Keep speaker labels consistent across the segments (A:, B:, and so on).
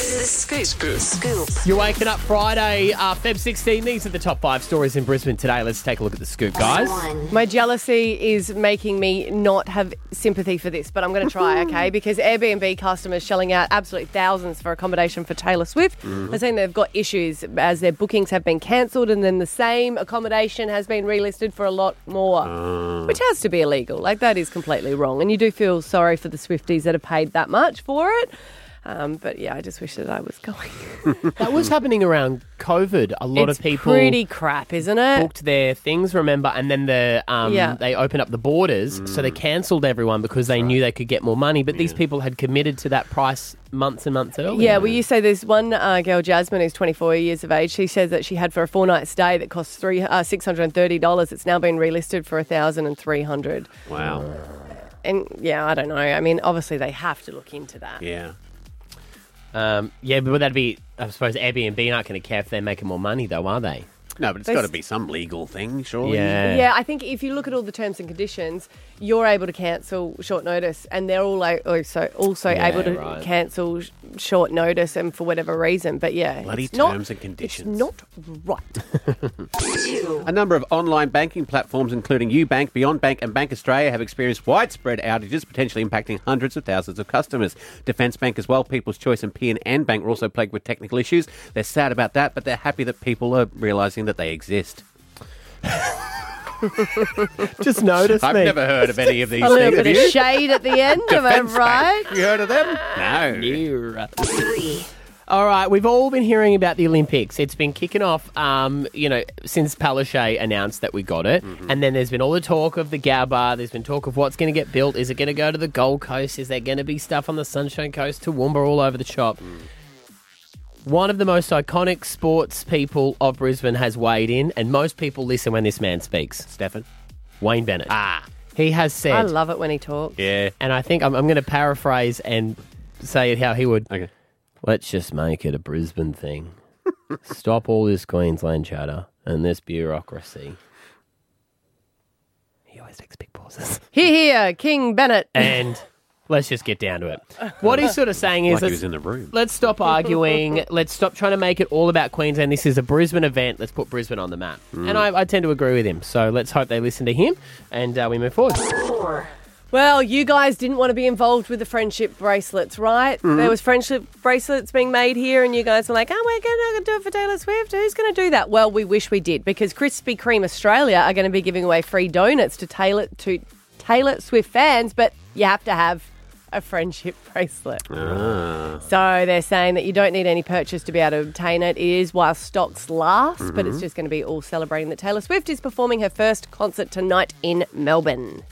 A: Scoop. Scoop. Scoop.
B: You're waking up Friday, uh, Feb 16. These are the top five stories in Brisbane today. Let's take a look at the scoop, guys.
A: One.
C: My jealousy is making me not have sympathy for this, but I'm going to try, okay? Because Airbnb customers shelling out absolutely thousands for accommodation for Taylor Swift are saying they've got issues as their bookings have been cancelled and then the same accommodation has been relisted for a lot more, which has to be illegal. Like, that is completely wrong. And you do feel sorry for the Swifties that have paid that much for it. Um, but yeah, I just wish that I was going.
B: That was happening around COVID. A lot
C: it's
B: of people
C: pretty crap, isn't it?
B: booked their things, remember, and then the um,
C: Yeah.
B: they opened up the borders, so they cancelled everyone because they knew they could get more money. But these people had committed to that price months and months earlier.
C: Yeah, well, you say there's one uh, girl, Jasmine, who's 24 years of age. She says that she had for a four night stay that cost three uh, $630. It's now been relisted for 1300 Um,
D: Wow.
C: And yeah, I don't know. I mean, obviously, they have to look into that.
D: Yeah.
B: um, yeah, but that'd be, I suppose, Airbnb aren't going to care if they're making more money, though, are they?
D: No, but it's
C: They
D: got to
C: s-
D: be some legal thing, surely.
B: Yeah.
C: Yeah, I think if you look at all the terms and conditions, you're able to cancel short notice, and they're all like, also also
B: Yeah,
C: able to
B: right.
C: cancel sh- short notice, and for whatever reason. But yeah,
D: Bloody
C: it's not-
D: terms and conditions.
C: It's not right.
A: Two.
D: A number of online banking platforms, including UBank, Beyond Bank, and Bank Australia, have experienced widespread outages, potentially impacting hundreds of thousands of customers. Defence Bank, as well, People's Choice, and PNN Bank were also plagued with technical issues. They're sad about that, but they're happy that people are realising that they exist.
B: Just notice
D: I've
B: me.
D: never heard of any of these
C: A little
D: things. Have
C: bit of
D: you?
C: shade at the end, am I
D: Defence
C: right?
D: Bank. You heard of them? No.
A: Three.
B: All right, we've all been hearing about the Olympics. It's been kicking off, um, you know, since Palaszczuk announced that we got it, and then there's been all the talk of the Gabba. There's been talk of what's going to get built. Is it going to go to the Gold Coast? Is there going to be stuff on the Sunshine Coast, Toowoomba, all over the shop? One of the most iconic sports people of Brisbane has weighed in, and most people listen when this man speaks.
D: Stefan.
B: Wayne Bennett.
D: Ah.
B: He has said,
C: I love it when he talks.
D: Yeah.
B: and I think I'm, I'm going to paraphrase and say it how he would.
D: Okay.
B: Let's just make it a Brisbane thing. Stop all this Queensland chatter and this bureaucracy. He always takes big pauses.
C: Here, here, King Bennett.
B: And let's just get down to it. What he's sort of saying is
D: Like he
B: let's,
D: was in the room.
B: let's stop arguing. let's stop trying to make it all about Queensland. This is a Brisbane event. Let's put Brisbane on the map.
D: Mm.
B: And I, I tend to agree with him. So let's hope they listen to him and uh, we move forward.
A: Four.
C: Well, you guys didn't want to be involved with the friendship bracelets, right? There was friendship bracelets being made here, and you guys were like, "Oh, we're going to do it for Taylor Swift. Who's going to do that?" Well, we wish we did because Krispy Kreme Australia are going to be giving away free donuts to Taylor to Taylor Swift fans, but you have to have a friendship bracelet. So they're saying that you don't need any purchase to be able to obtain it. It is while stocks last, but it's just going to be all celebrating that Taylor Swift is performing her first concert tonight in Melbourne.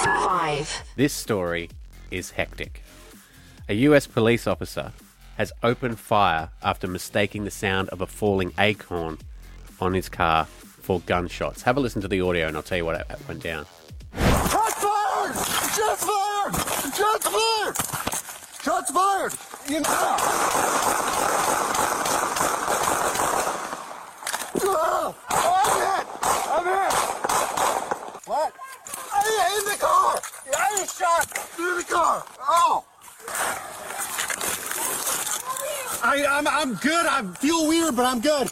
A: Five.
D: This story is hectic. A US police officer has opened fire after mistaking the sound of a falling acorn on his car for gunshots. Have a listen to the audio and I'll tell you what went down.
E: Shots fired! Shots fired! Shots fired! Shots fired! You know. Ah, I'm hit! I'm hit! What? I in the car! I was shot! In the car! Oh! I, I'm, I'm good. I feel weird, but I'm good.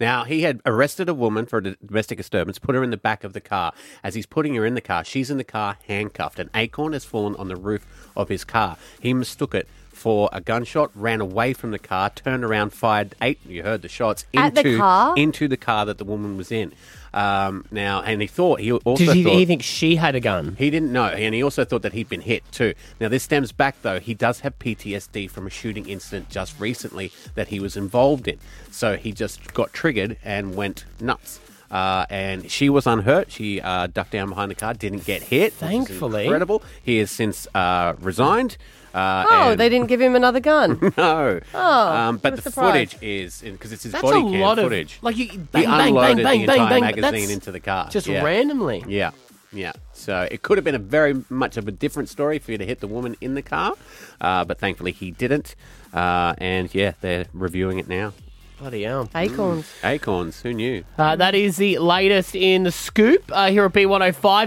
D: Now, he had arrested a woman for a d- domestic disturbance, put her in the back of the car. As he's putting her in the car, she's in the car handcuffed. An acorn has fallen on the roof of his car. He mistook it for a gunshot, ran away from the car, turned around, fired eight, you heard the shots, into,
C: At the car?
D: into the car that the woman was in. Um, now, and he thought, he also
B: Did he,
D: thought...
B: he think she had a gun?
D: He didn't know, and he also thought that he'd been hit too. Now, this stems back, though. He does have PTSD from a shooting incident just recently that he was involved in. So he just got triggered and went nuts. Uh, and she was unhurt. She uh, ducked down behind the car, didn't get hit. which is
B: Thankfully.
D: Incredible. He has since uh, resigned. Uh,
C: Oh,
D: and-
C: they didn't give him another gun.
D: No. Oh, um,
C: I
D: but
C: was
D: the
C: surprised.
D: footage is because it's his
B: That's
D: body
B: a
D: cam
B: lot of-
D: footage.
B: like, you- bang,
D: he
B: bang, bang,
D: unloaded
B: bang,
D: the
B: bang, bang,
D: entire
B: but that's
D: magazine into the car.
B: Just
D: Yeah.
B: randomly.
D: Yeah, yeah. So it could have been a very much of a different story for you to hit the woman in the car, uh, but thankfully he didn't. Uh, and yeah, they're reviewing it now.
B: Bloody hell.
C: Acorns.
D: Acorns, who knew?
B: Uh, that is the latest in the scoop uh, here at B105.